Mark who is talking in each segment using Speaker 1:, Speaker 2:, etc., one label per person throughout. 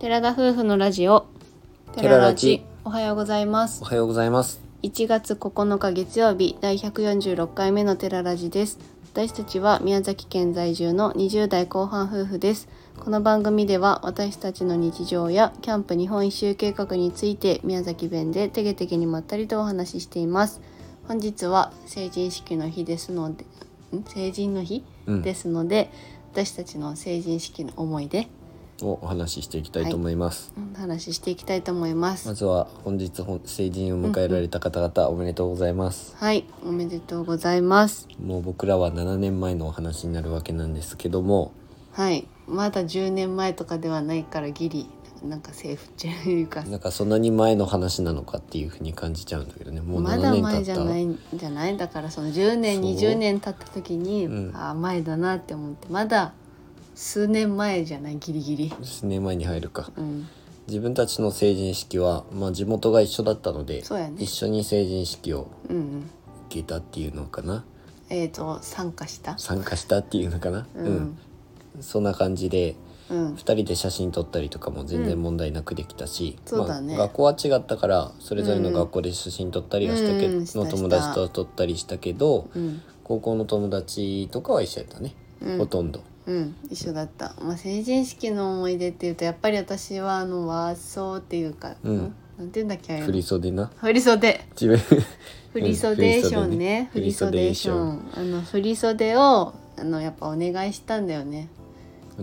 Speaker 1: 寺田夫婦のラジオ
Speaker 2: 寺ラジ
Speaker 1: おはようございます
Speaker 2: おはようございます。
Speaker 1: 1月9日月曜日第146回目の寺ラジです私たちは宮崎県在住の20代後半夫婦ですこの番組では私たちの日常やキャンプ日本一周計画について宮崎弁でてげてげにまったりとお話ししています本日は成人式の日ですのでん成人の日、
Speaker 2: うん
Speaker 1: ですので私たちの成人式の思い出
Speaker 2: をお話ししていきたいと思います。
Speaker 1: うん話していきたいと思います
Speaker 2: まずは本日本成人を迎えられた方々おめでとうございます。
Speaker 1: はい、おめでとうございます。
Speaker 2: もう僕らは7年前のお話になるわけなんですけども、
Speaker 1: はい、まだ10年前とかではないからギリなんかセーフっていうか、
Speaker 2: なんかそんなに前の話なのかっていうふうに感じちゃうんだけどね。もう
Speaker 1: ま
Speaker 2: 7
Speaker 1: だ
Speaker 2: 年経
Speaker 1: 前
Speaker 2: っ
Speaker 1: じ
Speaker 2: た。
Speaker 1: ゃないんじゃないだからその10年
Speaker 2: そう
Speaker 1: 20年経った時に、
Speaker 2: うん
Speaker 1: あー前だなって思ってまだ数年前じゃないギリギリ。
Speaker 2: 数年前に入るか。
Speaker 1: うん、
Speaker 2: 自分たちの成人式は、まあ地元が一緒だったので、
Speaker 1: そうやね
Speaker 2: 一緒に成人式を
Speaker 1: うん、うん。
Speaker 2: 受けたっていうのかな。
Speaker 1: えっ、と参加した。
Speaker 2: 参加したっていうのかな。
Speaker 1: うん
Speaker 2: うん、そんな感じで、
Speaker 1: うん
Speaker 2: 2、人で写真撮ったりとかも全然問題なくできたし、
Speaker 1: そうだね
Speaker 2: まあ学校は違ったからそれぞれの学校で写真撮ったりはしたけ
Speaker 1: うん
Speaker 2: ど、
Speaker 1: うんした
Speaker 2: の友達と撮ったりしたけど、
Speaker 1: うん、
Speaker 2: 高校の友達とかは一緒やったね、
Speaker 1: うん
Speaker 2: ほとんど
Speaker 1: うん、一緒だった。まあ成人式の思い出っていうとやっぱり私はあの和装っていうか、
Speaker 2: うん
Speaker 1: なんていうんだっけあれの
Speaker 2: 振り袖な
Speaker 1: 振り袖。
Speaker 2: 自分
Speaker 1: 振り袖ーションね、
Speaker 2: う
Speaker 1: 振
Speaker 2: ん振
Speaker 1: り
Speaker 2: り
Speaker 1: 袖
Speaker 2: 袖
Speaker 1: ー
Speaker 2: ー
Speaker 1: シ
Speaker 2: シ
Speaker 1: ョ
Speaker 2: ョ
Speaker 1: ンあの振り袖をあのやっぱお願いしたんだよね
Speaker 2: お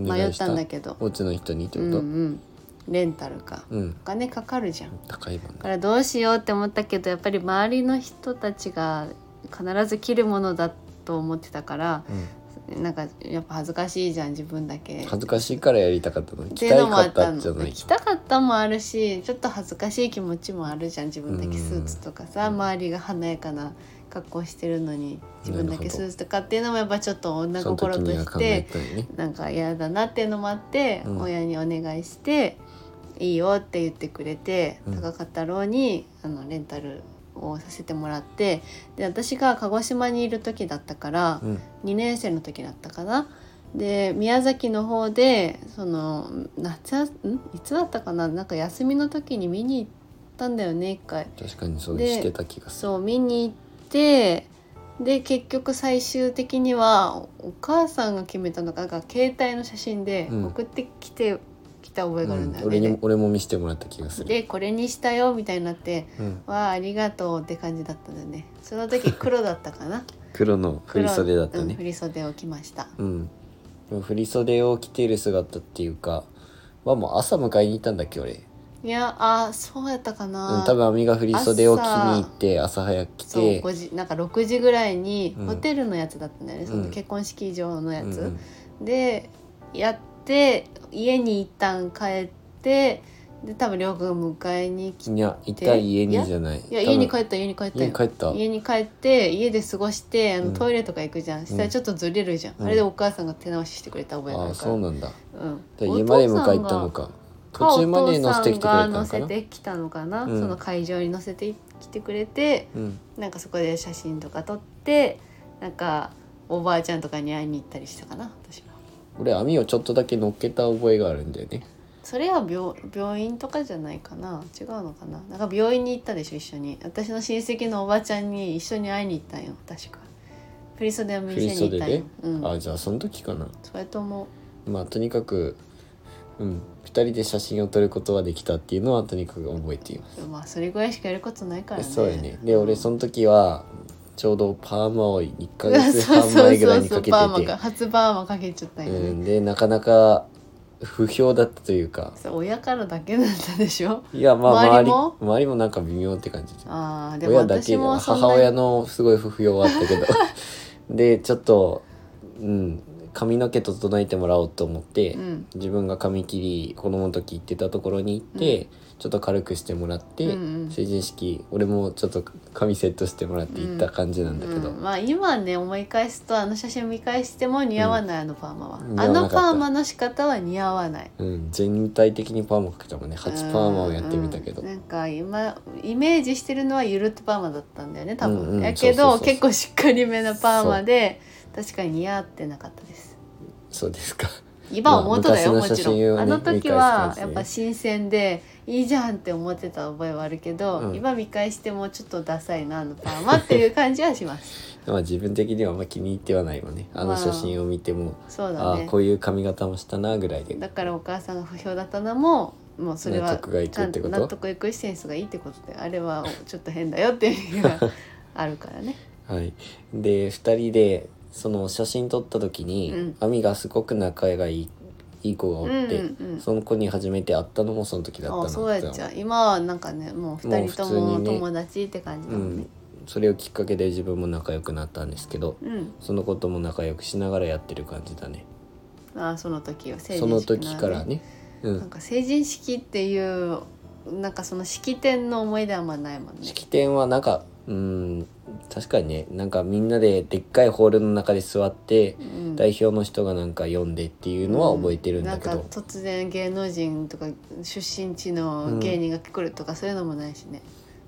Speaker 1: 迷
Speaker 2: 願い
Speaker 1: っ
Speaker 2: した
Speaker 1: たんだけど
Speaker 2: お家の人にって
Speaker 1: う
Speaker 2: こ
Speaker 1: ん
Speaker 2: と、
Speaker 1: うんレンタルか、
Speaker 2: うん
Speaker 1: お金かかるじゃんだ
Speaker 2: 高いもんね
Speaker 1: からどうしようって思ったけどやっぱり周りの人たちが必ず着るものだと思ってたから
Speaker 2: うん
Speaker 1: なんかやっぱ恥ずかしいじゃん自分だけ
Speaker 2: 恥ずかしいからやりたかったの
Speaker 1: って
Speaker 2: 着
Speaker 1: いう
Speaker 2: たい
Speaker 1: のも
Speaker 2: か
Speaker 1: あっ
Speaker 2: ったた
Speaker 1: の
Speaker 2: んじゃない
Speaker 1: 着たかったもあるしちょっと恥ずかしい気持ちもあるじゃん自分だけスーツとかさ
Speaker 2: うん
Speaker 1: 周りが華やかな格好してるのに自分だ
Speaker 2: な
Speaker 1: け
Speaker 2: るほ
Speaker 1: ス
Speaker 2: ど
Speaker 1: ーツとかっていうのもやっぱちょっと女
Speaker 2: その
Speaker 1: 心
Speaker 2: 時
Speaker 1: と
Speaker 2: には
Speaker 1: し
Speaker 2: 考え
Speaker 1: て
Speaker 2: たいね
Speaker 1: なんか嫌だなっていうのもあって、
Speaker 2: うん
Speaker 1: 親にお願いして「いいよ」って言ってくれて、
Speaker 2: うん
Speaker 1: 高かったろうにあのレンタルをさせてもらってで私が鹿児島にいる時だったから、
Speaker 2: うん
Speaker 1: 2年生の時だったかなで宮崎の方でその夏やんいつだったかななんか休みの時に見に行ったんだよね一回
Speaker 2: 確かにそれ
Speaker 1: で
Speaker 2: してた気がす
Speaker 1: そう見に行ってで結局最終的にはおお母さんが決めたのかなんか携帯の写真で
Speaker 2: うん
Speaker 1: 送ってきて、きた覚え
Speaker 2: る、
Speaker 1: があるん
Speaker 2: う
Speaker 1: だ
Speaker 2: ん、
Speaker 1: よ
Speaker 2: 俺
Speaker 1: ね、
Speaker 2: にも俺も見せてもらった気がする、
Speaker 1: でこれにしたよみたいになって
Speaker 2: うん、
Speaker 1: わあありがとうって感じだったんだよねその時黒だったかな
Speaker 2: 黒の 振り袖だった
Speaker 1: 黒うん
Speaker 2: ね
Speaker 1: 振り袖を着ました
Speaker 2: うん。でも振り袖を着ている姿っていうか、はもう朝迎えに行ったんだっけ、俺。
Speaker 1: いやあそうやったか
Speaker 2: う
Speaker 1: な、
Speaker 2: ん、多分アミが振り袖を着に行って、朝早く来
Speaker 1: そう
Speaker 2: て。
Speaker 1: 5時なんか6時ぐらいに
Speaker 2: うん
Speaker 1: ホテルのやつだったんだよね、
Speaker 2: うん
Speaker 1: その結婚式場のや
Speaker 2: うん
Speaker 1: つ、でやって家に一旦帰ってで多分亮君迎えに来
Speaker 2: う
Speaker 1: て
Speaker 2: ん、いや、いた家にじゃない。
Speaker 1: いや家に帰
Speaker 2: っ
Speaker 1: った家に帰った
Speaker 2: 家に帰
Speaker 1: よ
Speaker 2: った。
Speaker 1: 家に帰って家で過ごしてあ
Speaker 2: う
Speaker 1: の
Speaker 2: ん
Speaker 1: トイレとか行くじゃん、したらちょっとずれるじゃん、
Speaker 2: うん
Speaker 1: あれでお母さんが手直ししてくれた覚えがあ
Speaker 2: ああ、
Speaker 1: るから
Speaker 2: そうなんだ。
Speaker 1: うん
Speaker 2: で
Speaker 1: お
Speaker 2: 家まで迎
Speaker 1: 父
Speaker 2: え行っ
Speaker 1: さ
Speaker 2: た
Speaker 1: ん
Speaker 2: の
Speaker 1: が
Speaker 2: か。途中まで乗せてきてく
Speaker 1: お
Speaker 2: れたの
Speaker 1: 父さ
Speaker 2: か
Speaker 1: んが乗
Speaker 2: な
Speaker 1: せ。てきたのかな、
Speaker 2: うん
Speaker 1: その会場に乗せてきてくれて
Speaker 2: うん、
Speaker 1: なんかそこで写真とか撮ってなんかおばあちゃんとかに会いに行ったりしたかな私は
Speaker 2: 俺網をちょっとだけ乗っけた覚えがあるんだよね
Speaker 1: それは病病院とかじゃないかな違うのかななんか病院に行ったでしょ一緒に私の親戚のおばちゃんに一緒に会いに行ったんよ確か振り袖を見せに行ったんよ
Speaker 2: 振り、
Speaker 1: う
Speaker 2: ああ
Speaker 1: ん、
Speaker 2: じゃあその時かな
Speaker 1: それとも
Speaker 2: まあとにかくうん2人で写真を撮ることはできたっていうのはとにかく覚えています
Speaker 1: まあそれぐらいしかやることないからね
Speaker 2: そうやねで俺そ
Speaker 1: の
Speaker 2: の時はちょうどパーマを1 ヶ
Speaker 1: そう
Speaker 2: 月半
Speaker 1: そう
Speaker 2: 前ぐら
Speaker 1: そ
Speaker 2: い
Speaker 1: うん
Speaker 2: に
Speaker 1: そ
Speaker 2: か
Speaker 1: う
Speaker 2: け
Speaker 1: パーマ
Speaker 2: て
Speaker 1: か初パーマかけちゃった
Speaker 2: て、
Speaker 1: よね、
Speaker 2: うん、でなかなか不評だったというか
Speaker 1: そう親からだけだったでしょ
Speaker 2: いやまあ
Speaker 1: 周
Speaker 2: 周
Speaker 1: り
Speaker 2: り
Speaker 1: も
Speaker 2: 周りもなんか微妙って感じで
Speaker 1: ああでも
Speaker 2: 親だ
Speaker 1: 私
Speaker 2: け
Speaker 1: もそんな
Speaker 2: 母親のすごい不評はあった けどでちょっとうん髪の毛整えてもらおうと思って、
Speaker 1: うん
Speaker 2: 自分が髪切り子供の時行ってたところに行って、ちょっと軽くしてもらって、
Speaker 1: うんうん
Speaker 2: 成人式俺もちょっと髪セットしてもらって行った感じなんだけど、
Speaker 1: うんまあ今ね思い返すとあの写真見返しても似合わない、あのパーマは
Speaker 2: 似
Speaker 1: あ
Speaker 2: 合わなか
Speaker 1: の
Speaker 2: った
Speaker 1: パーマの仕方は似合わない
Speaker 2: うん、全体的にパーマかけたもんね初パーマをやってみたけど、
Speaker 1: うんなんか今イメージしてるのはゆるっとパーマだったんだよね多分、
Speaker 2: うんうん
Speaker 1: やけ
Speaker 2: そうそう
Speaker 1: ど
Speaker 2: そう
Speaker 1: 結構しっかりめなパーマで確かに似合ってなかったです
Speaker 2: そうですか
Speaker 1: 今思うとだよ、
Speaker 2: まあ
Speaker 1: も
Speaker 2: 昔
Speaker 1: ち
Speaker 2: の
Speaker 1: ろ
Speaker 2: 写真を
Speaker 1: ん
Speaker 2: ね
Speaker 1: あの時は
Speaker 2: 見返す感じね
Speaker 1: やっぱ新鮮でいいじゃんって思ってた覚えはあるけど、
Speaker 2: うん
Speaker 1: 今見返してもちょっとダサいなあのパーマっていう感じはします
Speaker 2: まあ自分的にはあんま気に入ってはないわねあ
Speaker 1: まあ
Speaker 2: の写真を見ても、
Speaker 1: そう
Speaker 2: あ
Speaker 1: だ
Speaker 2: あ
Speaker 1: ね
Speaker 2: こういう髪型もしたなぐらいで
Speaker 1: だからお母さんが不評だったのももうそれは
Speaker 2: 納得がいくってこと
Speaker 1: ちゃん納得いくセンスがいいってことであれはちょっと変だよっていう意味があるからね
Speaker 2: はいで2人でその写真撮った時に、
Speaker 1: うん
Speaker 2: 亜美がすごく仲がいいいい子がおって、
Speaker 1: うんうんうん
Speaker 2: その子に初めて会ったのもその時だったの
Speaker 1: あそうやっちゃう今はなんかねもう二人と
Speaker 2: もう
Speaker 1: も
Speaker 2: 普通にね
Speaker 1: 友達って感じだ
Speaker 2: う
Speaker 1: もんね
Speaker 2: ん、それをきっかけで自分も仲良くなったんですけど
Speaker 1: うん、
Speaker 2: その子とも仲良くしながらやってる感じだね
Speaker 1: あその時は成
Speaker 2: その時からねう
Speaker 1: なん
Speaker 2: ん
Speaker 1: か成人式っていうなんかその式典の思い出はあんまないもんね
Speaker 2: 式典はなんかうん確かにねなんかみんなででっかいホールの中で座って、
Speaker 1: うん
Speaker 2: 代表の人がなんか読んでっていうのは覚えてるんだけ
Speaker 1: な
Speaker 2: ど、
Speaker 1: んか突然芸能人とか出身地の芸人が来るとかそういうのもないしね、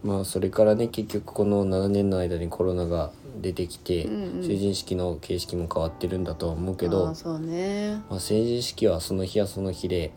Speaker 2: まあそれからね結局この7年の間にコロナが出てきて、
Speaker 1: うんうん
Speaker 2: 成人式の形式も変わってるんだとは思うけど
Speaker 1: あーそうね
Speaker 2: まあ、成人式はその日はその日で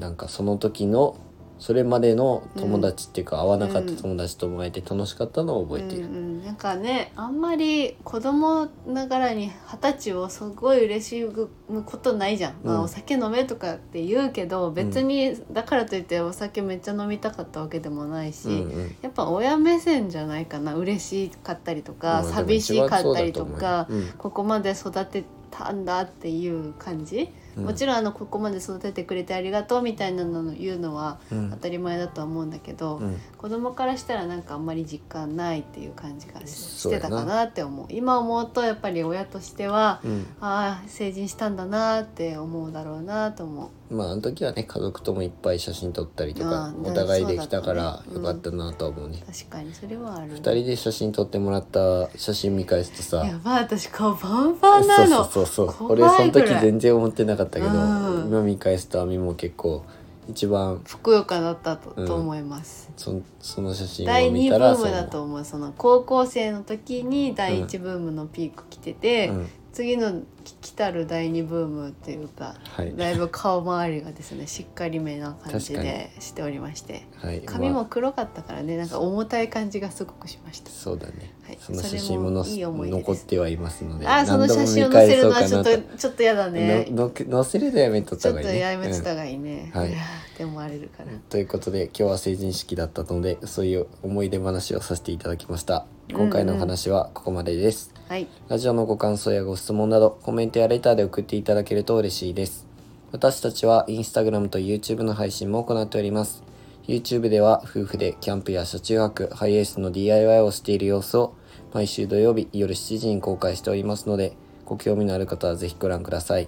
Speaker 2: なんかその時のそれまでの友達っていうか、会わなかった友達とも会えて楽しかったのを覚えている
Speaker 1: うん、うん、なんかねあんまり子供ながらに二十歳をすごい嬉しむことないじゃん、ま
Speaker 2: う
Speaker 1: あ、
Speaker 2: ん
Speaker 1: お酒飲めとかって言うけど別にだからといってお酒めっちゃ飲みたかったわけでもないし、
Speaker 2: うんうん
Speaker 1: やっぱ親目線じゃないかな嬉しかったりとか、
Speaker 2: まあ
Speaker 1: 寂しかったりと
Speaker 2: でも一番そうだ
Speaker 1: か
Speaker 2: と思うよ
Speaker 1: ここまで育てたんだっていう感じ、
Speaker 2: うん
Speaker 1: もちろんあのここまで育ててくれてありがとうみたいなの言うのは
Speaker 2: うんうん
Speaker 1: 当たり前だとは思うんだけど、
Speaker 2: うん
Speaker 1: 子供からしたらなんかあんまり実感ないっていう感じがしし
Speaker 2: そう
Speaker 1: て
Speaker 2: やな
Speaker 1: たかなって思う今思うとやっぱり親としては、ああ成人したんだなって思うだろうなと思う。
Speaker 2: まああの時はね家族ともいっぱい写真撮ったりと
Speaker 1: あ
Speaker 2: か
Speaker 1: ー
Speaker 2: お互いできたか
Speaker 1: だい
Speaker 2: ら
Speaker 1: ぶそ
Speaker 2: よ
Speaker 1: うだ
Speaker 2: かっ
Speaker 1: った
Speaker 2: たなとは思うね、
Speaker 1: 確かにそれはある
Speaker 2: 二人で写真撮ってもらった写真見返すとさ
Speaker 1: やばい私顔パンパンなの
Speaker 2: そうそうそうそう俺
Speaker 1: 怖
Speaker 2: その
Speaker 1: いぐらい
Speaker 2: 時全然思ってなかったけど、
Speaker 1: うん
Speaker 2: 今見返すと亜美も結構一番
Speaker 1: ふくよかだったと,、
Speaker 2: うん
Speaker 1: と思います。
Speaker 2: そその写真
Speaker 1: 第
Speaker 2: を
Speaker 1: 2
Speaker 2: 見
Speaker 1: ブ
Speaker 2: た
Speaker 1: ー
Speaker 2: らそう
Speaker 1: ム
Speaker 2: 思
Speaker 1: だ
Speaker 2: う
Speaker 1: と思うその高校生の時に第1ブームのピーク来てて、
Speaker 2: うん
Speaker 1: 次のき来たる第2ブームっていうか、
Speaker 2: はい
Speaker 1: だいぶ顔周りがですねしっかりめな感じ
Speaker 2: 確か
Speaker 1: でしておりまして
Speaker 2: はい、
Speaker 1: 髪
Speaker 2: ま
Speaker 1: も
Speaker 2: あ
Speaker 1: 黒かったからねなんか重たい感じがすごくしました。
Speaker 2: そうだね、
Speaker 1: はい
Speaker 2: その写真もの
Speaker 1: それもいい思い出です
Speaker 2: 残ってはいますので
Speaker 1: あーその
Speaker 2: 何度も
Speaker 1: 写真を
Speaker 2: 見
Speaker 1: 載
Speaker 2: 返
Speaker 1: せる
Speaker 2: そ
Speaker 1: の
Speaker 2: う
Speaker 1: は
Speaker 2: か
Speaker 1: ちょ
Speaker 2: な
Speaker 1: っとちょっとやだね。
Speaker 2: のの載せるのやめとっ
Speaker 1: ち
Speaker 2: た
Speaker 1: ょ
Speaker 2: 方
Speaker 1: っ
Speaker 2: がいい
Speaker 1: と
Speaker 2: ね
Speaker 1: やめてた
Speaker 2: うん
Speaker 1: 方がいいね。
Speaker 2: はい
Speaker 1: や ーでもあれるから。
Speaker 2: ということで今日は成人式だったのでそういう思い出話をさせていただきました今回のお話はここまでです、
Speaker 1: はい。
Speaker 2: ラジオのご感想やご質問などコメントやレターで送っていただけると嬉しいです。私たちはインスタグラムと YouTube の配信も行っております。YouTube では夫婦でキャンプや車中泊、ハイエースの DIY をしている様子を毎週土曜日夜7時に公開しておりますので、ご興味のある方はぜひご覧ください。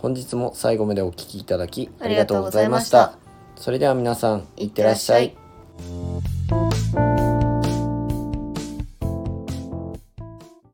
Speaker 2: 本日も最後までお聴きいただきありがとうございました。
Speaker 1: ありがとうござい
Speaker 2: それでは皆さん、いってらっしゃ
Speaker 1: いっ
Speaker 2: い
Speaker 1: てらっしゃい